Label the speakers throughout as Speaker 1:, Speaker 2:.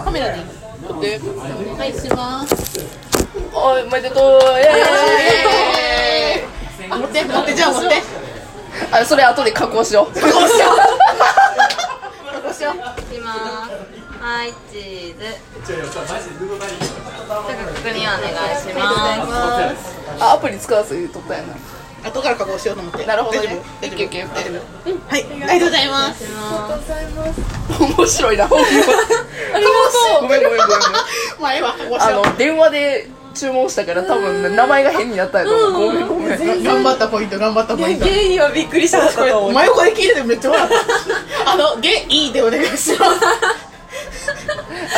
Speaker 1: カメラで撮ってはいします
Speaker 2: おいおめでとうイエ
Speaker 1: あ持って持ってじゃあ持って
Speaker 2: ーイあそれ後で加工しよう加工しよ
Speaker 1: どうしよう
Speaker 3: いきますはいチーズ確認お願いし
Speaker 2: う
Speaker 3: ます
Speaker 2: あアプリ使わずに撮ったやな
Speaker 1: 後から加工しようと思って
Speaker 2: なるほどね
Speaker 1: 大丈夫
Speaker 2: いけいけ
Speaker 1: 大丈夫はいありがとうございます
Speaker 2: 面白いな本ありがとうごめんごめんごめんごめん
Speaker 1: 前は加工し
Speaker 2: あ
Speaker 1: よう
Speaker 2: の電話で注文したから多分名前が変になったやと思うごめんごめん
Speaker 1: 頑張ったポイント頑張ったポイント
Speaker 3: ゲイはびっくりしました
Speaker 1: お前これ聞いててめっちゃ笑 ったあのゲイでお願いします
Speaker 2: あ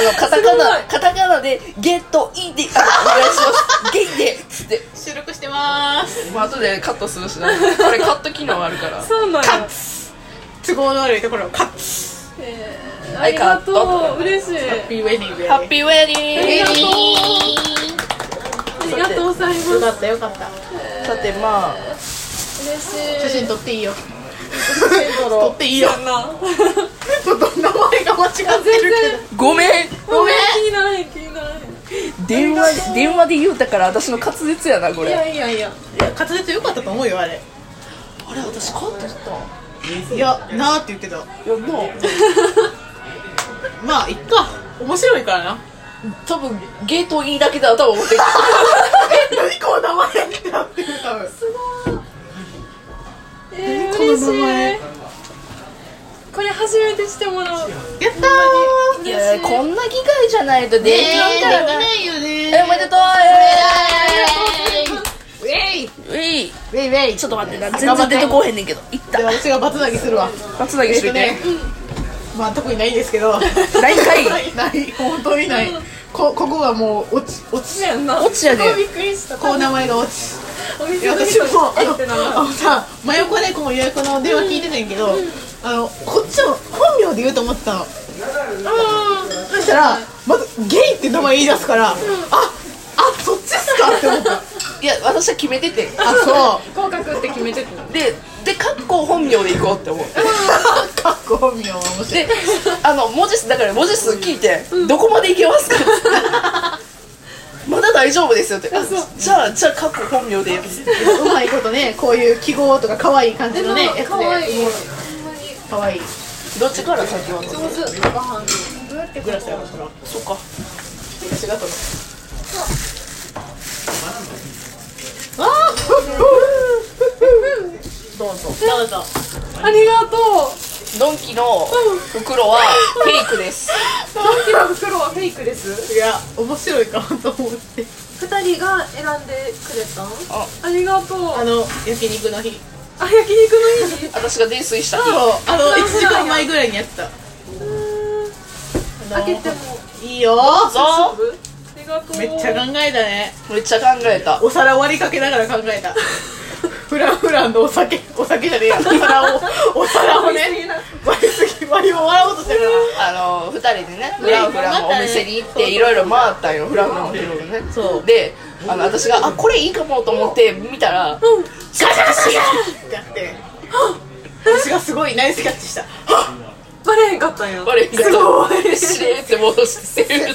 Speaker 2: のカタカナカタカナでゲットインであお願いしますゲイでつって
Speaker 1: 収録してます
Speaker 2: まあ後でカットするしなこれカット機能あるから
Speaker 3: そうなんや
Speaker 1: 都合の悪いところをカッツ
Speaker 3: ありがとう嬉しいあ
Speaker 1: ピーウェディングや
Speaker 2: ハ
Speaker 1: ね
Speaker 2: ッピーウェディ
Speaker 3: り
Speaker 2: ング
Speaker 3: がとうありがとうございます
Speaker 1: よかったよかった
Speaker 2: さてまあ
Speaker 1: 写
Speaker 3: 嬉しい
Speaker 1: 真撮っていいよ撮っていいよ
Speaker 3: そんな
Speaker 1: ちょっと名前が間違ってるけど
Speaker 2: ごめん
Speaker 1: ごめん
Speaker 3: 気ない気ない
Speaker 2: 電話で電話で言うたから私の滑舌やなこ
Speaker 1: い
Speaker 2: れ
Speaker 1: やいやいやいや滑舌良かったと思うよあれ
Speaker 2: あれ私カットした
Speaker 1: いやなーって言ってた
Speaker 2: やんな
Speaker 1: まあいっか面白いからな
Speaker 2: 多分ゲートインだけだとは思ってる
Speaker 1: え何この名前ってなってる多分
Speaker 3: すごいえ
Speaker 1: こ
Speaker 3: ー、
Speaker 1: の
Speaker 3: 嬉し
Speaker 1: 名前
Speaker 3: いこれ初めてしてもらう
Speaker 1: やった
Speaker 2: いやこんな機会じゃないとできないからな、
Speaker 1: ないよね
Speaker 2: えおめでとう
Speaker 1: ウェイ
Speaker 2: えいい
Speaker 1: ウェイウェイ
Speaker 2: ちょっと待ってな
Speaker 1: 頑
Speaker 2: 全
Speaker 1: 張っ
Speaker 2: 然
Speaker 1: て
Speaker 2: 出てこうへんねんけどいった
Speaker 1: で私がバツ投げす るわ
Speaker 2: 松だけしといて、
Speaker 1: まあ特にないんですけど
Speaker 2: ないんかい
Speaker 1: ない本当にないこここがもう落ち落ち
Speaker 3: やんな
Speaker 2: 落ちやで
Speaker 3: びっくりした
Speaker 1: こう名前が落ち
Speaker 3: お
Speaker 1: い
Speaker 3: 店
Speaker 1: や
Speaker 3: の
Speaker 1: 私
Speaker 3: 人
Speaker 1: もあ
Speaker 3: ってな
Speaker 1: のあのさ真横でこの予約の電話聞いてたんやけど、あのこっちの本名で言うと思ってたのそしたらまずゲイって名前言い出すから、ああそっちっすかって思った あ
Speaker 2: いや私は決めてて
Speaker 1: そ
Speaker 3: 合格って決めてた
Speaker 2: ででカッコ本名で行こうって思って
Speaker 1: うかっこ本名は面白い
Speaker 2: であの文字数だから文字数聞いて、どこまでいけますかってまだ大丈夫ですよってあじゃあじゃあカッコ本名で
Speaker 1: うまいことねこういう記号とか可愛い感じのねやつで
Speaker 3: かわいい
Speaker 1: もう
Speaker 3: ほんまに
Speaker 1: 可愛い
Speaker 2: どっちから先は
Speaker 3: 上手ご飯
Speaker 1: どうやって暮らしたのそら
Speaker 2: そっか
Speaker 1: 私がとのあどうぞどうぞ
Speaker 3: ありがと
Speaker 2: ドンキの袋はフェイクです
Speaker 3: うドンキの袋はフェイクです
Speaker 1: いや面白いかなと思って
Speaker 3: 二人が選んでくれたん
Speaker 2: あ
Speaker 3: ありがとう
Speaker 1: あの焼肉の日
Speaker 3: あ焼肉の日に
Speaker 2: 私が泥酔した
Speaker 1: そうあの1時間前ぐらいにやってた
Speaker 3: 開けても
Speaker 1: いいよ
Speaker 2: ぞ
Speaker 3: ぶありがとう
Speaker 1: めっちゃ考えたね
Speaker 2: めっちゃ考えた
Speaker 1: お皿割りかけながら考えたフランフランのお酒お酒じゃねえやお皿をお皿をね割りすぎ割りを笑おうとしてるから
Speaker 2: あの二人でねフランフランのお店に行っていろいろ回ったんよフランフランのお店をね
Speaker 1: そう
Speaker 2: であの私があこれいいかもと思って見たら、ガシャガシャガシ
Speaker 1: ってやって私がすごいナイスキャッチした
Speaker 3: バレへんかったんや
Speaker 2: ャあれ
Speaker 3: すごい
Speaker 2: しれーって戻して る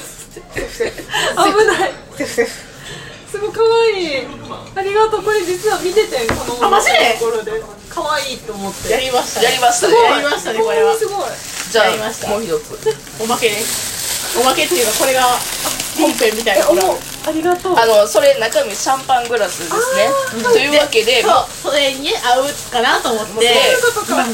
Speaker 3: 危ない
Speaker 1: セフセフ
Speaker 3: すごい可愛いありがとうこれ実は見ててんこの
Speaker 1: あマジで
Speaker 3: ところで可愛いと思って
Speaker 1: やりましたね
Speaker 2: やりました
Speaker 1: す
Speaker 2: ね
Speaker 1: ごいやりましたねこれは
Speaker 3: ほんまに
Speaker 2: じゃ
Speaker 1: やりました
Speaker 2: あもう一つ
Speaker 1: おまけですおまけっていうかこれが本編みたいな
Speaker 3: すごいえ思うありがとう
Speaker 2: あのそれ中身シャンパングラスですねというわけで
Speaker 1: そうそれに合うかなと思って
Speaker 2: で
Speaker 3: そういうことか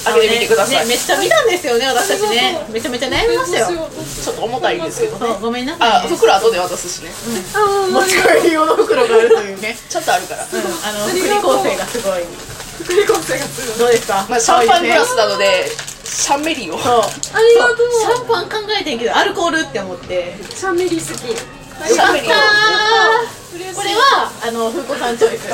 Speaker 2: 開けてみてください、
Speaker 1: ねめっちゃ見たんですよね私たちね
Speaker 3: そうそう
Speaker 1: めちゃめちゃ悩みました
Speaker 3: どうし
Speaker 1: よ
Speaker 3: ようどうし
Speaker 2: ちょっと重たいんですけど
Speaker 3: う
Speaker 1: そうごめんな
Speaker 2: あ
Speaker 1: さいね
Speaker 2: 袋後で渡すしね
Speaker 3: あー
Speaker 1: 持
Speaker 3: マジ
Speaker 1: ち
Speaker 3: で
Speaker 1: 帰り用の袋があるというね
Speaker 2: ちょっとあるから
Speaker 1: うんあの
Speaker 3: あ
Speaker 1: 福
Speaker 3: り
Speaker 1: 利
Speaker 3: がとう
Speaker 1: 厚生がすごい
Speaker 3: 福利厚生がすごい
Speaker 1: どうですか
Speaker 2: まあシャンパングラス
Speaker 1: だ
Speaker 2: なのでシャンメリーを
Speaker 1: そう
Speaker 3: ありがとう
Speaker 1: そうシャンパン考えてんけどアルコールって思って
Speaker 3: シャンメリ好き
Speaker 2: シャンメリーを
Speaker 3: 嬉しい
Speaker 1: これはあの風子さんチョイス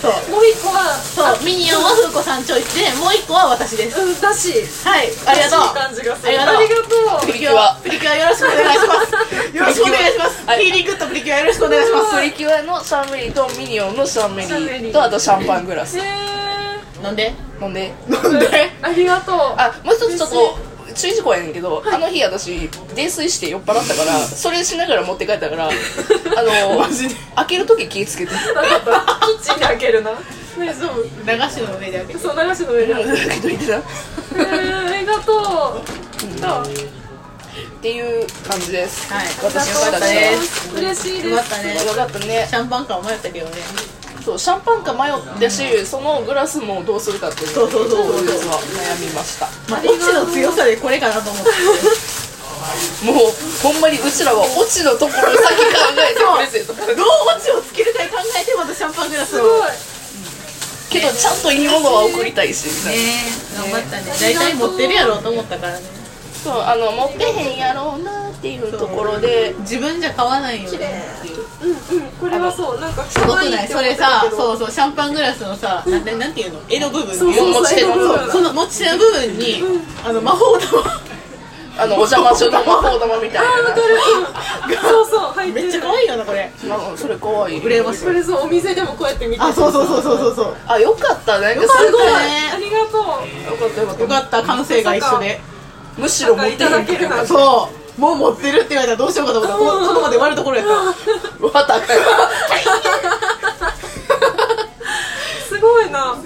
Speaker 1: そう
Speaker 3: もう一個は
Speaker 1: そうミニオンは風子さんチョイスでもう一個は私です
Speaker 3: うんだし
Speaker 1: はいありがとう
Speaker 3: だしい感じがする
Speaker 1: ありがとう
Speaker 3: ありがと
Speaker 2: プリキュア
Speaker 1: プリキュアよろしくお願いしますよろしくお願いします
Speaker 2: はい
Speaker 1: ヒーリングとプリキュアよろしくお願いし
Speaker 2: プ
Speaker 1: ま
Speaker 2: リキュアのシャンメリーとミニオンのシャンメリ
Speaker 3: シャンメリ
Speaker 2: ー
Speaker 3: ー
Speaker 2: とあとシャンパングラス
Speaker 3: うへ
Speaker 1: すなんで
Speaker 2: 飲んで
Speaker 1: なんで
Speaker 3: ーありがとう
Speaker 2: あもう一つちょっと注意事項やねんけど、あの日私泥酔して酔っ払っ たからそれしながら持って帰ったからあの
Speaker 1: マジで
Speaker 2: 開ける時気ぃつけて
Speaker 3: なか ったキッチンで開けるなね
Speaker 1: そう駄菓子の上で開けて
Speaker 3: そう流しの上で開ける
Speaker 2: 開けといてなっ
Speaker 3: えー、ありがとうどう
Speaker 2: ていう感じです
Speaker 1: はい
Speaker 2: 私
Speaker 1: よかったで
Speaker 3: 嬉しい
Speaker 1: よ
Speaker 3: で
Speaker 1: かっ
Speaker 3: す
Speaker 1: たね
Speaker 2: よかったね
Speaker 1: シャンパン感迷ったけどね
Speaker 2: そうシャンパンか迷ったしそのグラスもどうするかっていう
Speaker 1: そうそうそうそう
Speaker 2: 当日は悩みました
Speaker 1: まあ、オチの強さでこれかなと思って
Speaker 2: もうほんまにうちらはオチのところ先考えてプ レゼント
Speaker 1: どうオチをつけるか考えてまたシャンパングラス
Speaker 3: す
Speaker 1: を
Speaker 3: ごい
Speaker 2: けどちゃんといいものは送りたいしみたいな
Speaker 1: 頑張ったね大体持ってるやろうと思ったからね
Speaker 2: そうあの持ってへんやろうなっていうところで
Speaker 1: 自分じゃ買わないよねっていう
Speaker 3: うんうんこれはそうなんかす
Speaker 1: すごくないそれさ
Speaker 3: う
Speaker 1: そうそうシャンパングラスのさなんてなんていうの絵の部分
Speaker 3: そうそう
Speaker 2: 持ち手の
Speaker 3: そう
Speaker 2: 部
Speaker 1: そ
Speaker 2: 分
Speaker 1: うその持ち手の部分にあの魔法玉
Speaker 2: あのお邪魔女の魔法玉みたいな
Speaker 3: わかるうんそうそう入ってる
Speaker 1: めっちゃ可愛いよなこれ
Speaker 2: なんかそれ可愛い
Speaker 1: 羨ましい
Speaker 3: これそうお店でもこうやって見て
Speaker 1: あそうそうそうそうそうそう
Speaker 2: あよかったなんか
Speaker 1: よかった
Speaker 2: す
Speaker 3: すご
Speaker 2: ごい
Speaker 3: い
Speaker 2: よ
Speaker 3: ありがとう
Speaker 2: かったよかった
Speaker 1: よかった感性が一緒で
Speaker 2: むしろ持ってへんけど
Speaker 3: なんかいただけるなんて
Speaker 1: そうもう持ってるって言われたらどうしようかと思ったここのまで終わるところやった
Speaker 2: わたか
Speaker 3: すごいな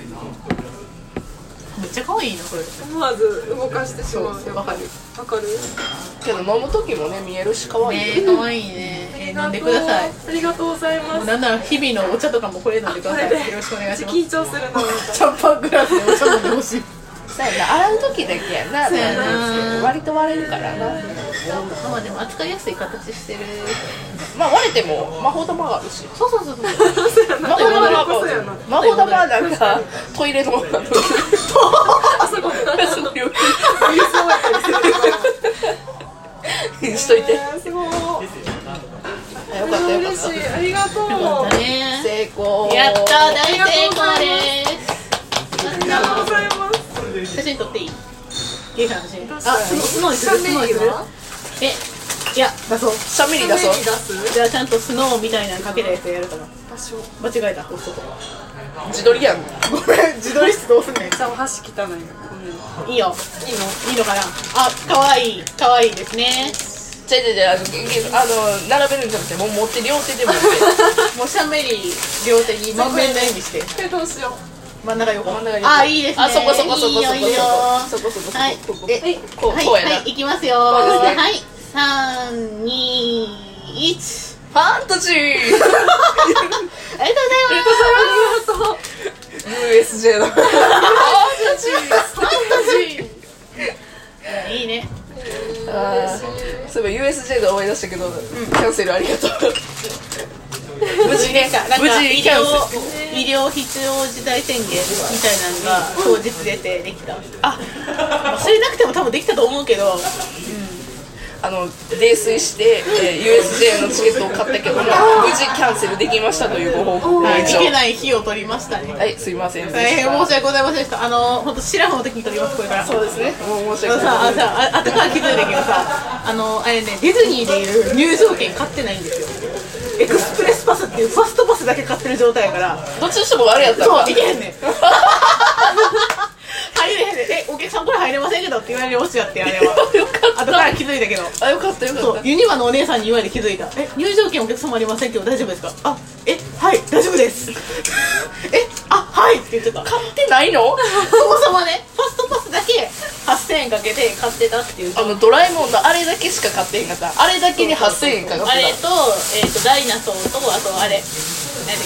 Speaker 1: めっちゃ可愛いなこれ
Speaker 3: 思わず動かしてしまう
Speaker 1: わかる
Speaker 3: わかる
Speaker 2: けど飲む時もね見えるし可愛いよ
Speaker 1: ね可愛いねえー飲んでください
Speaker 3: ありがとうございます
Speaker 1: なんなら日々のお茶とかもこれ飲んでくださいよろしくお願いします
Speaker 3: 緊張するななんか
Speaker 1: シャンパングラスでお茶飲んでほしい
Speaker 2: そうやな洗う時だけやな
Speaker 1: そうやな
Speaker 2: 割と割れるからな
Speaker 1: まあでも扱いやすい形してる
Speaker 2: まあ割れても魔法玉があるし
Speaker 1: そうそうそうそう
Speaker 3: そうやな
Speaker 2: 魔法玉
Speaker 3: こ
Speaker 2: は
Speaker 3: こそうやな
Speaker 2: 魔法玉はなんかトイレの方なのに
Speaker 3: あそこ
Speaker 2: その料金しといてよ
Speaker 3: えーすごい
Speaker 2: かったよかっ
Speaker 3: 嬉
Speaker 2: た
Speaker 3: しいありがとう
Speaker 1: ね
Speaker 2: 成功
Speaker 1: やった大
Speaker 3: りがと
Speaker 1: 成
Speaker 3: うござい
Speaker 1: 功
Speaker 3: ありがとうございます
Speaker 1: です写真撮っていいゲイさんの写真あ、スノーにす
Speaker 3: シャ
Speaker 1: る
Speaker 3: ン
Speaker 1: ス
Speaker 3: デリ
Speaker 1: ノーにする
Speaker 3: アは
Speaker 1: え、いや、出そう
Speaker 2: しゃべり出そう
Speaker 3: 出す
Speaker 1: じゃあちゃんとスノーみたいなのかけたやつやるかな
Speaker 3: 場所
Speaker 1: 間違えた、押すとこ
Speaker 2: 自撮りやん
Speaker 1: ごめん、自撮り室どうすんね
Speaker 3: じゃあお箸汚いようんいい
Speaker 1: んいいよ、
Speaker 3: の
Speaker 1: いいのかなあ、かわいい、かわいいですね
Speaker 2: じゃじゃじゃあの並べるんじゃなくてもう持って両手で持って
Speaker 1: もうシャンメリー両手に満面の笑みして
Speaker 3: これどうしよ
Speaker 1: 真ん中横
Speaker 2: 真ん中に
Speaker 1: あ、いいですね
Speaker 2: あそこそこそこそこ
Speaker 1: いいよいいよ
Speaker 2: そこそこそこ
Speaker 1: はい
Speaker 2: ここ
Speaker 1: え
Speaker 2: ここ
Speaker 1: はい
Speaker 2: こうやな
Speaker 1: はい、いきますよ
Speaker 2: こうですね
Speaker 1: はい、三二一。
Speaker 2: ファンタジー
Speaker 1: ありがとうございます
Speaker 3: うありがとう
Speaker 2: USJ のファンタジー
Speaker 1: いいね
Speaker 2: あーそういえば USJ で思い出したけど、キャンセルありがとう無事ね
Speaker 1: なんか
Speaker 2: 無事
Speaker 1: 医
Speaker 2: にキャンセル
Speaker 1: 療医療必要事態宣言みたいなのが当日出てできたあ忘れなくても多分できたと思うけど
Speaker 2: あの泥酔して、えー USJ のチケットを買ったけども無事キャンセルできましたというご報告を
Speaker 1: はい
Speaker 2: 一
Speaker 1: 行
Speaker 2: 応
Speaker 1: けない日を取りましたね
Speaker 2: はいすいません
Speaker 1: 大変申し訳ございませんでしたあの本当シラフの時に取りますこれから
Speaker 2: そうですねもう申し
Speaker 1: あの
Speaker 2: 訳
Speaker 1: さ
Speaker 2: な
Speaker 1: あ
Speaker 2: い
Speaker 1: さああとから気づいたけどさあのあれねディズニーでいう入場券買ってないんですよエクスプレスパスっていうファストパスだけ買ってる状態やから
Speaker 2: どっちにしてもあれやったん
Speaker 1: そう
Speaker 2: か
Speaker 1: 行けへ んねん入れへんねんえお客さんこれ入れませんけどって言われるオチやってあれは
Speaker 2: よか
Speaker 1: あとから気づいたけど
Speaker 2: ったあよかったよか
Speaker 1: そう
Speaker 2: っ
Speaker 1: ユニバのお姉さんに言われて気づいたえ入場券お客様ありませんけど大丈夫ですかあえはい大丈夫です えあはいって言ってた
Speaker 2: た買ってないの
Speaker 1: そもそもねファストパスだけ8000円かけて買ってたっていう
Speaker 2: あのドラえもんのあれだけしか買ってへんかったあれだけに8000円かかっ
Speaker 1: あれ
Speaker 2: て
Speaker 1: と,、えー、とダイナソーとあとあれ何だっ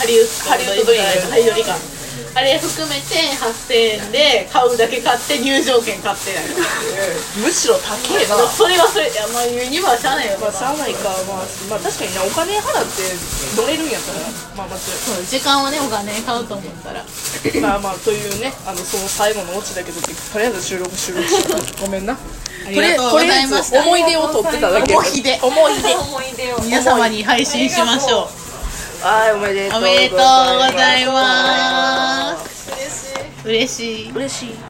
Speaker 1: けハリウッド
Speaker 2: ハリウッドドリーム
Speaker 1: ハリドリかあれ含めて8000円で買うだけ買って入場券買ってない
Speaker 2: たむしろ高えな
Speaker 1: それはそれいやまあユニバーしゃあないよ、
Speaker 2: ま
Speaker 1: ま
Speaker 2: あ、しゃあないか、まあ、まあ、確かにな、お金払って乗れるんやったら、まあ、間違い
Speaker 1: そう時間はねお金買うと思ったら
Speaker 2: ない。まあまあ、というね、あの、その最後のオチだけど、とりあえず収録収録しよう。ごめんな。あ
Speaker 1: りがとうございました
Speaker 2: 思い出を撮ってただけ。
Speaker 1: 思い出
Speaker 2: 思い出。
Speaker 3: 思い出を
Speaker 1: 皆様に配信しましょう
Speaker 2: はい、おめでとう
Speaker 1: おめでとうございます
Speaker 3: 嬉し
Speaker 1: 嬉しい
Speaker 3: い
Speaker 2: 嬉しい。